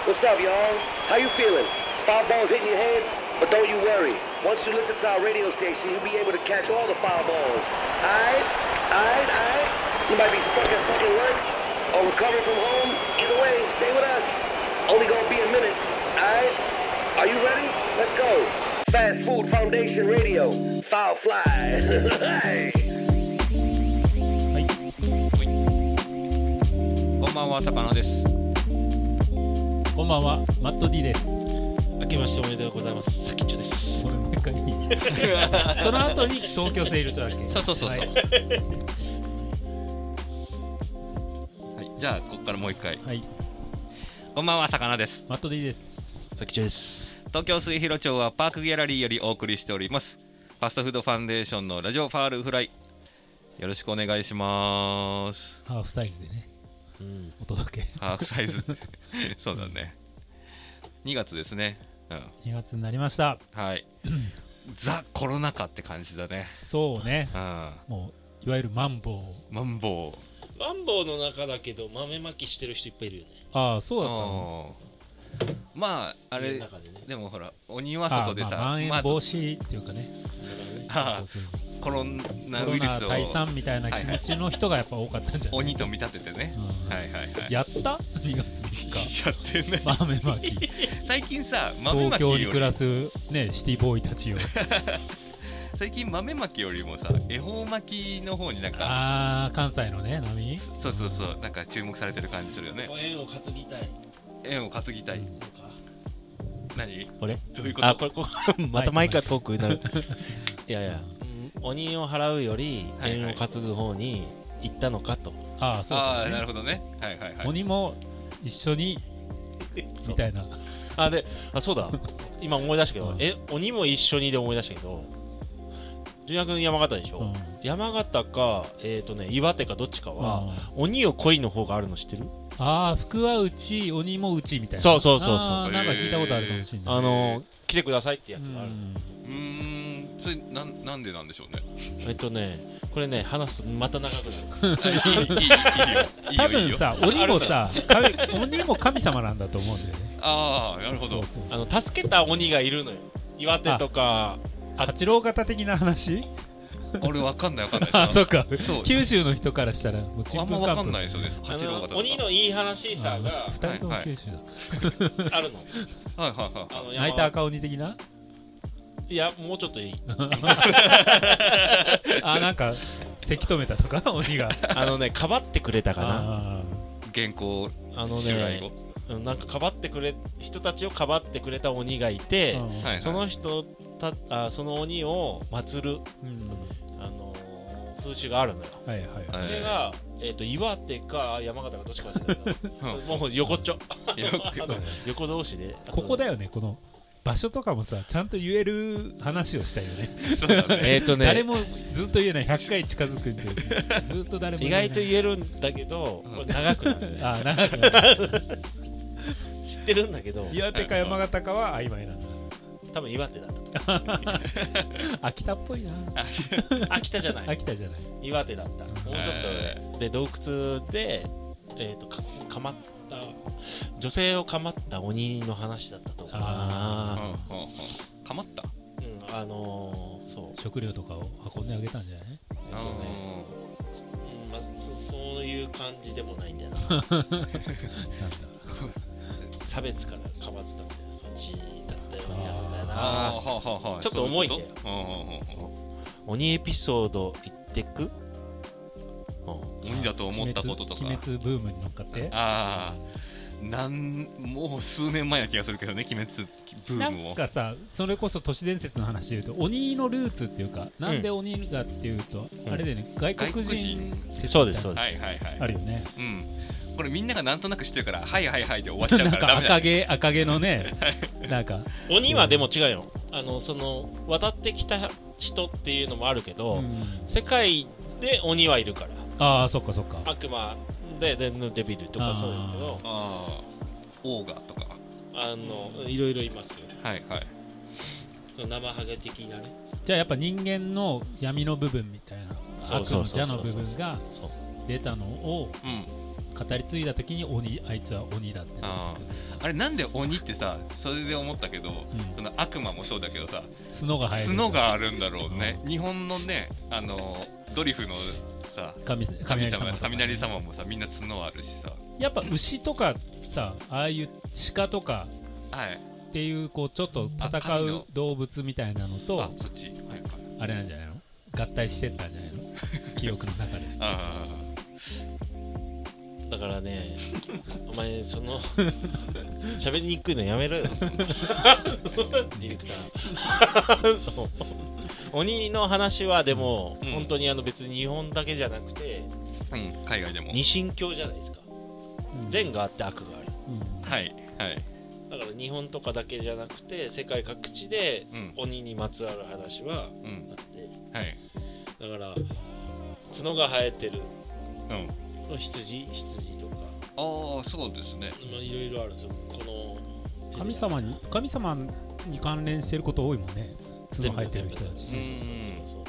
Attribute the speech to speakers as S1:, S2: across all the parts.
S1: What's up, y'all? How you feeling? Foul balls hitting your head? But don't you worry. Once you listen to our radio station, you'll be able to catch all the foul balls. Aight? Aight? Aight? You might be stuck at fucking work or recovering from home. Either way, stay with us. Only gonna be a minute. Aight? Are you ready? Let's go. Fast Food Foundation Radio. Foul fly. Hey.
S2: はい。こんばんは、魚です。
S3: こんばんは、マット D です。
S4: 明けましておめでとうございます。さきちゅです。
S3: これもう一回いいその後に東京セイルチョだっけ。
S2: そうそうそうそう。は、
S3: はいい
S2: じゃあ、ここからもう一回。
S3: はい、
S2: こんばんは、魚です。
S3: マット D です。
S4: さきちゅです。
S2: 東京水広町はパークギャラリーよりお送りしております。ファストフードファンデーションのラジオファールフライ。よろしくお願いします。
S3: ハーフサイズでね、
S4: うん。
S3: お届け。
S2: ハーフサイズ。そうだね。2月ですね。うん。
S3: 2月になりました。
S2: はい。ザ・コロナ禍って感じだね。
S3: そうね、
S2: うん。
S3: もういわゆるマンボウ。
S2: マンボ
S4: マンボウの中だけど豆まきしてる人いっぱいいるよね。
S3: ああ、そう
S2: ウ。
S3: だったの。
S2: うんまあ、あ
S4: 家
S2: れ
S4: の、中でね。
S2: でもほら、お庭
S3: あ
S2: 外
S3: あ
S2: でさ、
S3: まあまん延
S2: まあ
S3: 防止っていうかね、
S2: あ
S3: そうそう
S2: コロナ
S3: コ
S2: ウ
S3: ロ
S2: イル
S3: ナ
S2: ス
S3: 退
S2: を
S3: 散みたいな気持ちの人がやっぱ多かったんじゃない、
S2: 鬼と見立ててね
S3: う。ん
S2: はいはいはい。
S3: やった ?2 月3日。
S2: やってない。
S3: 豆まき
S2: 最近さ、豆ま
S3: 東
S2: き
S3: 京に
S2: より、
S3: 暮らす、ね、シティボーイた ちを
S2: 最近豆まきよりもさ、恵方巻きの方になんか、
S3: ああ関西のね波
S2: そうそうそう、なんか注目されてる感じするよね
S4: こ。う縁を担ぎたい
S2: 縁を担ぎたい。
S4: とか。
S2: 何
S5: これ
S2: どういうこと
S5: あこ れこまた毎回トークにな るいやいやうん鬼を払うより
S2: はい
S5: 縁を担ぐ方に行ったのかと
S3: ああそう
S2: あ
S3: だ
S2: あ、なる
S3: ね
S2: ほどね。はいはいはい。
S3: 鬼も一緒に
S5: そう
S3: みたいな
S5: あであそうだ今思い出したけ
S3: う
S5: ど
S3: ん
S5: え鬼も一緒にで思い出したけど純也君山形でしょ、
S3: うん
S5: 山形かえっ、とね岩手かどっちかは、鬼を恋の方があるの知ってる
S3: ああ福は内鬼も内みたいな
S5: そうそうそうそう
S3: ああなんか聞いたことあるかもしれない
S5: あの来てくださいってやつ
S3: う
S5: がある、
S3: ん
S2: うーん、それなんなんでなんでしょう ね。
S5: えっとねこれね話すとまた長くなる
S2: あいいいいいいよいいよ。
S3: 多
S2: いい
S3: 分
S2: よ
S3: さ鬼もさ神鬼も神様なんだと思うんだよね
S2: ああ、なるほ
S3: そ
S2: ど
S3: う。そう
S5: あの助けた鬼がいるのよ岩手とか
S3: 八郎型的な話
S2: 俺わかんないわかんない。
S3: あそうか
S2: そう
S3: 九州の人からしたらもうち
S2: あ
S3: ん
S2: ん
S3: ぷ
S2: ま
S3: んか
S2: わ
S3: ん
S2: か
S3: ぷ
S2: ん
S3: ん
S2: ないですよね。
S5: あ
S2: 八郎
S5: の
S2: 方とか。
S5: 鬼のいい話さが
S3: 2人とも九州だ
S5: あるの。
S2: はいはいはい
S5: あ
S2: はい
S5: の
S3: 泣いた赤鬼 的ない
S5: や、もうちょっといい。
S3: あなんかせき止めたとか鬼が
S5: あのね、かばってくれたかな。
S3: あ
S2: 原稿
S5: あの
S2: 襲来
S5: ね
S2: 後、、
S5: うんなんかかばってくれ、人たちをかばってくれた鬼がいて
S3: ー、うん
S2: はいはい、
S5: その人た、あその鬼を祀る、
S3: うん
S5: あのー風習があるのよ。
S3: はいはい
S2: は
S5: そ
S2: い
S5: れが、えっと、岩手か山形かどっちか忘れたけどもう横っち
S2: う
S5: ょ。
S2: んよく
S3: そうね
S5: 横同士で。
S3: ここだよねこの場所とかもさちゃんと言える話をしたいよね
S2: そうだね
S5: えっと
S3: 誰
S5: ね、
S3: もずっと言えない100回近づくんでずっと誰も
S5: 意外と言えるんだけど、これ長くなる ね。
S3: あ長くなる
S5: 知ってるんだけど、
S3: 岩手か山形かは曖昧なんだ
S5: 多分岩手だった と
S3: 秋田っぽいな
S5: 思う。秋田じゃない。
S3: 秋田じゃない
S5: 岩手だったもうちょっと
S2: え
S5: 上で洞窟で、えー、とかかまった女性をかまった鬼の話だったと思う
S2: うん
S3: あ
S5: な
S2: うんうんかまった
S5: うんあのー、そう、
S3: 食料とかを運んであげたんじゃない
S5: えっとねうんまあ、そそういう感じでもないんだよな
S3: なんだ
S5: 差別からかまったみたいな感じだったような気がするんだ
S2: あ
S5: よ
S2: ー
S5: な
S2: はあはあはあ
S5: ちょっと重いんだよ
S2: そういうこと
S5: 鬼エピソード言ってく、うん
S2: うんうんうん鬼だと思ったこととか
S3: 鬼滅ブームに乗っかって
S2: ああなんもう数年前な気がするけどね鬼滅ブ
S3: な
S2: ーム
S3: ん
S2: を
S3: かさそれこそ都市伝説の話でいうと鬼のルーツっていうかなんで鬼だっていうと、
S5: うん
S3: あれでね外
S2: 外
S3: 国
S2: 国
S3: 人
S2: 人
S5: そうですそうで
S2: はい
S5: す、
S2: はいはい、
S3: あるよね
S2: うんこれみんながなんとなく知ってるからはいはいはいで終わっちゃうからダメだ
S3: 赤毛赤毛のねなんか、
S5: 鬼はでも違うよあのその渡ってきた人っていうのもあるけど、
S3: うん
S5: 世界で鬼はいるから
S3: ああそっかそっか
S5: 悪魔ででデビルと
S3: あ
S5: か
S3: ー
S5: そうだけど
S2: ああオーガとか
S5: あのいろいろいますよ
S2: はいはい
S5: その生ハゲ的なね
S3: じゃあやっぱ人間の闇の部分みたいな
S5: そう
S3: 悪
S5: そう
S3: の
S5: そうそう
S3: 邪の部分が
S5: そう
S3: 出たのを
S2: うん
S3: 語り継いだ時に鬼あいつは鬼だってなってくる
S2: あれなんで鬼ってさそれで思ったけど、
S3: うん
S2: その悪魔もそうだけどさ
S3: 角が生える
S2: 角があるんだろうね、日本のねあのドリフのさ
S3: 神
S2: 神様
S3: 神様とかね
S2: 雷様もさみんな角あるしさ
S3: やっぱ牛とかさああいう鹿とか
S2: はい
S3: っていうこうちょっと
S2: あ
S3: 戦
S2: 神の
S3: う動物みたいなの
S2: あ
S3: と
S2: そっちはいはい
S3: あれなんじゃないの合体してったんじゃないの記憶の中で
S2: あ
S5: だからねお前その喋りにくいのやめろよディレクター鬼の話はでも、
S2: うん
S5: 本当にあの別に日本だけじゃなくて
S2: あうん海外でも
S5: 二神教じゃないですか善があって悪がある
S3: うん
S2: はいはい
S5: だから日本とかだけじゃなくて世界各地で
S2: うん
S5: 鬼にまつわる話
S2: うん
S5: はあって
S2: はい
S5: だから角が生えてる
S2: うん
S5: 羊羊とか
S2: ああそうですね
S5: まあいろいろあるんですよこの
S3: 神様に神様に関連してること多いもんね角
S5: 全部
S3: 生えてる人た
S5: そ
S3: ち
S5: うそうそうそう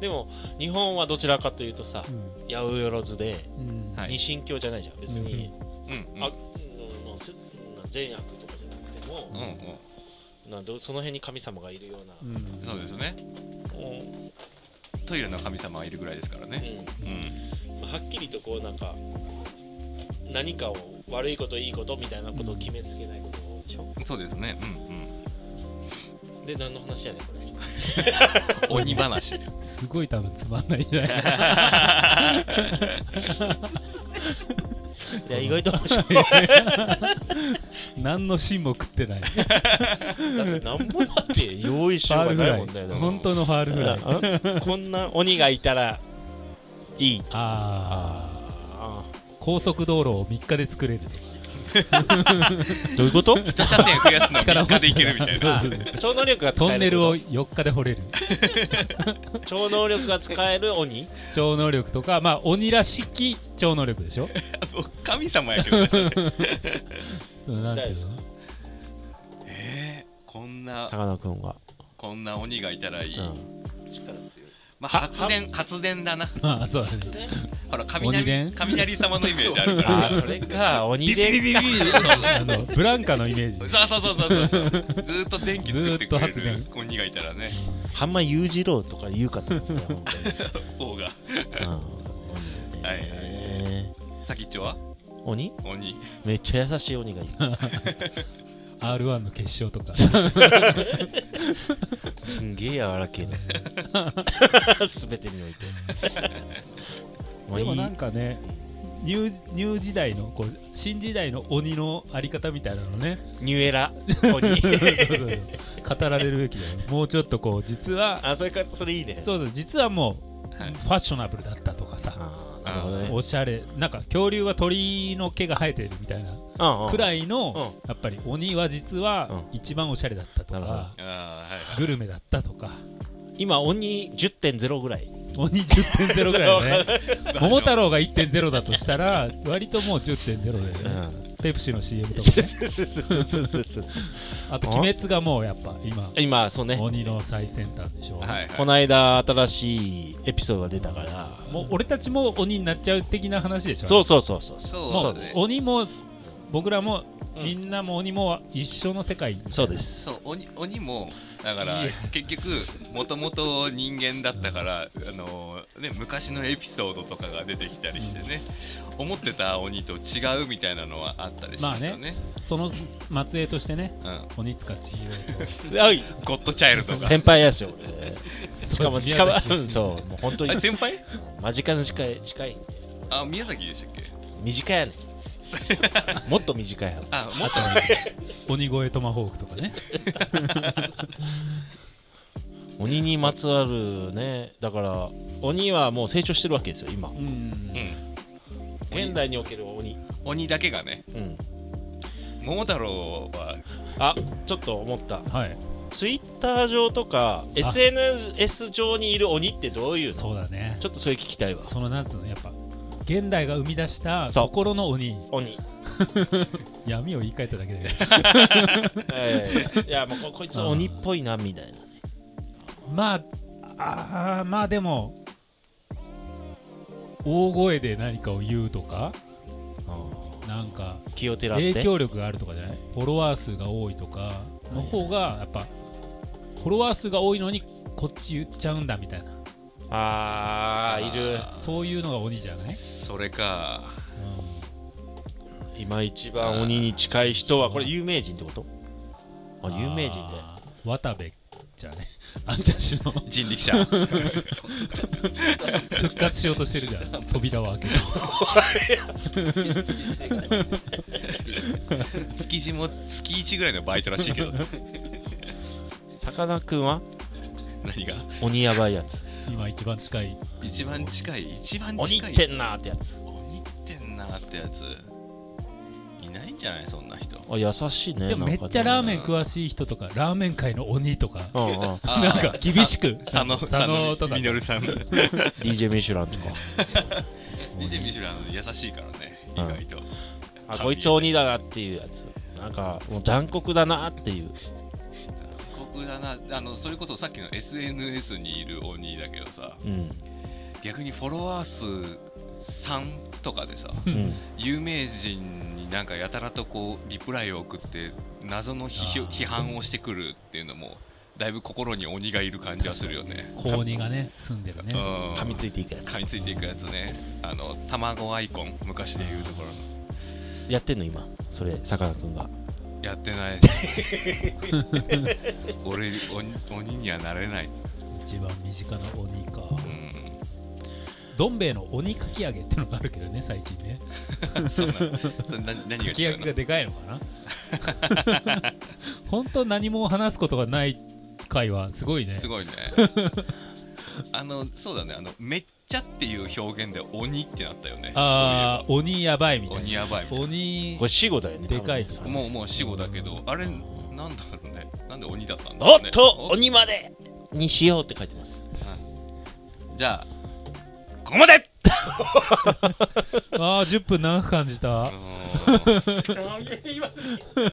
S5: でも日本はどちらかというとさ
S3: うん
S5: 八百万で
S3: うん
S2: はい
S5: 二神教じゃないじゃん別に、
S2: うんうん
S5: あのせな善悪とかじゃなくて
S2: うん
S5: も、
S2: う
S5: などその辺に神様がいるような、
S3: うん
S2: んそうですね
S5: うん
S2: トイレの神様はいるぐらいですからねうん
S5: まあはっきりとこうなんか何かを悪いこといいことみたいなことを決めつけないことでしょ
S2: そうですねうん
S5: で何の話やねんこれ
S2: うん鬼話
S3: すごい多分つまんないじゃない
S5: いや意外と面白い
S3: 何の芯も食ってない
S5: だって何もだって用意し
S3: ファ
S5: よう
S3: ール
S5: が
S3: フ
S5: な
S3: ラ
S5: いもんね
S3: イ本当のファールフライ
S5: うんこんな鬼がいたらいい
S3: ああ
S5: あ
S3: 高速道路を3日で作れるとか
S5: ーどういうこと
S2: 他車線増やすの3日でいけるみたいな
S3: そうそうそう
S5: 超能力が使
S3: ト
S5: える
S3: ンネルを4日で掘れる
S5: 超能力が使える鬼
S3: 超能力とかまあ鬼らしき超能力でしょ
S2: 僕神様やけど ねそれ
S3: そのなんていうの
S2: えーこんな
S5: さかなクンが、
S2: こんな鬼がいたらいい、まあ
S5: は
S2: 発電発電だな
S3: まあそうだね
S2: ほら
S3: 鬼
S2: 雷
S3: 電
S2: 雷様のイメージあるか
S5: あ
S2: ら
S5: あそれか鬼
S2: ビビ
S5: で
S2: ビビビ
S3: あのブランカのイメージ
S2: そうそうそうそうそうずーっと電気作ってくれ
S3: ず
S2: る
S3: ーっ
S2: 鬼がいたらね
S5: 半間裕次郎とか言うかと思ったよ本
S2: 王が
S5: 当にうん
S2: はいはい
S5: え
S2: 先っちょは
S5: ー鬼
S2: 鬼
S5: めっちゃ優しい鬼がいい
S3: r 1の決勝とか
S5: すんげえ柔らけえ な全てにおいて もう
S3: で
S5: いい
S3: もなんかねニューニュー時代のこう新時代の鬼のあり方みたいなの ね
S5: ニューエラ鬼
S3: そうそうそう語られるべきだよねもうちょっとこう実は
S5: あそれかそれいいね
S3: そうそう実はもうフ
S2: はい
S3: ァッショナブルだったとかさ
S5: あーなるほどね
S3: おしゃれなんか恐竜は鳥の毛が生えてるみたいな
S5: うんうん
S3: くらいのやっぱり鬼は実は
S5: う
S3: 一番おしゃれだったと
S5: なるほ
S3: か
S2: ああはい
S3: グルメだったとか
S5: 今鬼10.0ぐらい
S3: 鬼10.0ぐ らいだね桃太郎が1.0だとしたら割ともう10.0だよねペプシの CM とかねあと鬼滅がもうやっぱ今
S5: 今そうね
S3: 鬼の最先端でしょ
S2: はい
S5: この間新しいエピソードが出たから
S3: もう俺たちも鬼になっちゃう的な話でしょ
S5: そうそうそうそう
S2: そ
S3: も
S2: う
S3: う
S2: です
S3: 鬼も僕らも
S5: うん
S3: みんなも鬼も一緒の世界
S5: そうです
S2: そう鬼鬼もだから結局もともと人間だったから、あのね、昔のエピソードとかが出てきたりしてね思ってた鬼と違うみたいなのはあったりしますよね,、
S3: その末裔としてね
S2: うん、
S3: 鬼塚千尋と
S5: はい
S2: ゴッドチャイルドが
S5: 先輩やすよしかも
S3: 宮
S5: 近場
S3: 崎
S5: そ
S3: 出
S5: う
S3: 身
S5: もう本当
S2: あ
S5: に
S2: れ先輩
S5: 間近に近い近い
S2: あ宮崎でしたっけ
S5: 短い やねもっと短いや
S2: あもっと
S3: 鬼越トマホークとかね
S5: 鬼にまつわるねだから鬼はもう成長してるわけですよ今
S3: うん
S2: うん
S5: 現代における鬼
S2: 鬼だけがね
S5: うん
S2: 桃太郎は
S5: あちょっと思った
S3: はい
S5: ツイッター上とか SNS 上にいる鬼ってどういうの
S3: そうだね
S5: ちょっとそれ聞きたいわ
S3: そのなんつうのやっぱ現代が生み出した
S5: そう
S3: 心の鬼
S5: 鬼
S3: 闇を言い換えただけだけど
S5: え えいやもうここいつ鬼っぽいなみたいなね
S3: まああーまあでも大声で何かを言うとかなんか
S5: 気をてらって
S3: 影響力があるとかじゃないフォロワー数が多いとかの方がやっぱフォロワー数が多いのにこっち言っちゃうんだみたいな
S5: ああいる
S3: そういうのが鬼じゃない、
S2: それか
S5: 今一番鬼に近い人はこれ有名人ってことあ有名人で
S3: あー渡部じゃね あんちゃん氏の
S2: 人力 車
S3: 復活しようとしてるじゃ ん扉を開けて
S2: 月一も月一ぐらいのバイトらしいけど
S5: さかなクンは
S2: 何が
S5: 鬼やばいやつ
S3: 今一番近い
S2: 一番近い一番近
S5: 鬼
S2: い
S5: ってんなーってやつ
S2: 鬼ってんなってやついないんじゃないそんな人
S5: あ優しいね
S3: でもめっちゃラーメン
S2: なんかね
S3: 詳しい人とかラーメン界の鬼とか
S5: うんうん
S3: なんか厳し
S2: く
S3: く
S2: 佐野
S3: 佐野とか
S2: みのる さん
S5: DJ ミシュランとか
S2: DJ ミシュラン優しいからね意
S5: うん
S2: 外と
S5: あこいつ鬼だなっていうやつなんかもう残酷だなっていう
S2: 酷だなあのそれこそさっきの SNS にいる鬼だけどさ
S5: うん
S2: 逆にフォロワー数3とかで さ
S5: うん
S2: 有名人になんかやたらとこうリプライを送って謎の批評
S3: あー
S2: 批判をしてくるっていうのもだいぶ心に鬼がいる感じはするよね。
S3: 高2がね住んでるね
S2: うん
S5: 噛みついていくやつ
S2: 噛みついていくやつねあの卵アイコン昔で言うところの
S5: やってんの今それさかなクンが
S2: やって ないです俺鬼鬼にはなれない、
S3: 一番身近な鬼か
S2: うん、
S3: どん兵衛の鬼かき揚げってのがあるけどね最近ね
S2: そんなそんな何が
S3: かき
S2: 違
S3: 揚
S2: うの
S3: げがでかいのかな 本当何も話すことがない回はすごいね
S2: すごいねあのそうだねあのめっちゃっていう表現で鬼ってなったよね
S3: ああ鬼やばいみ
S2: そういえば
S3: たい
S2: 鬼やばい
S3: な
S2: みたい
S3: 鬼
S5: これ死後だよね
S3: でかい
S5: 多分
S2: な
S5: ね
S2: もうもう死後だけどあれなんだろうねなんで鬼だったんだろう
S5: おっ
S2: ね
S5: と鬼までにしようって書いてます
S2: じゃあここまで
S3: ああ10分長く感じた
S2: うーん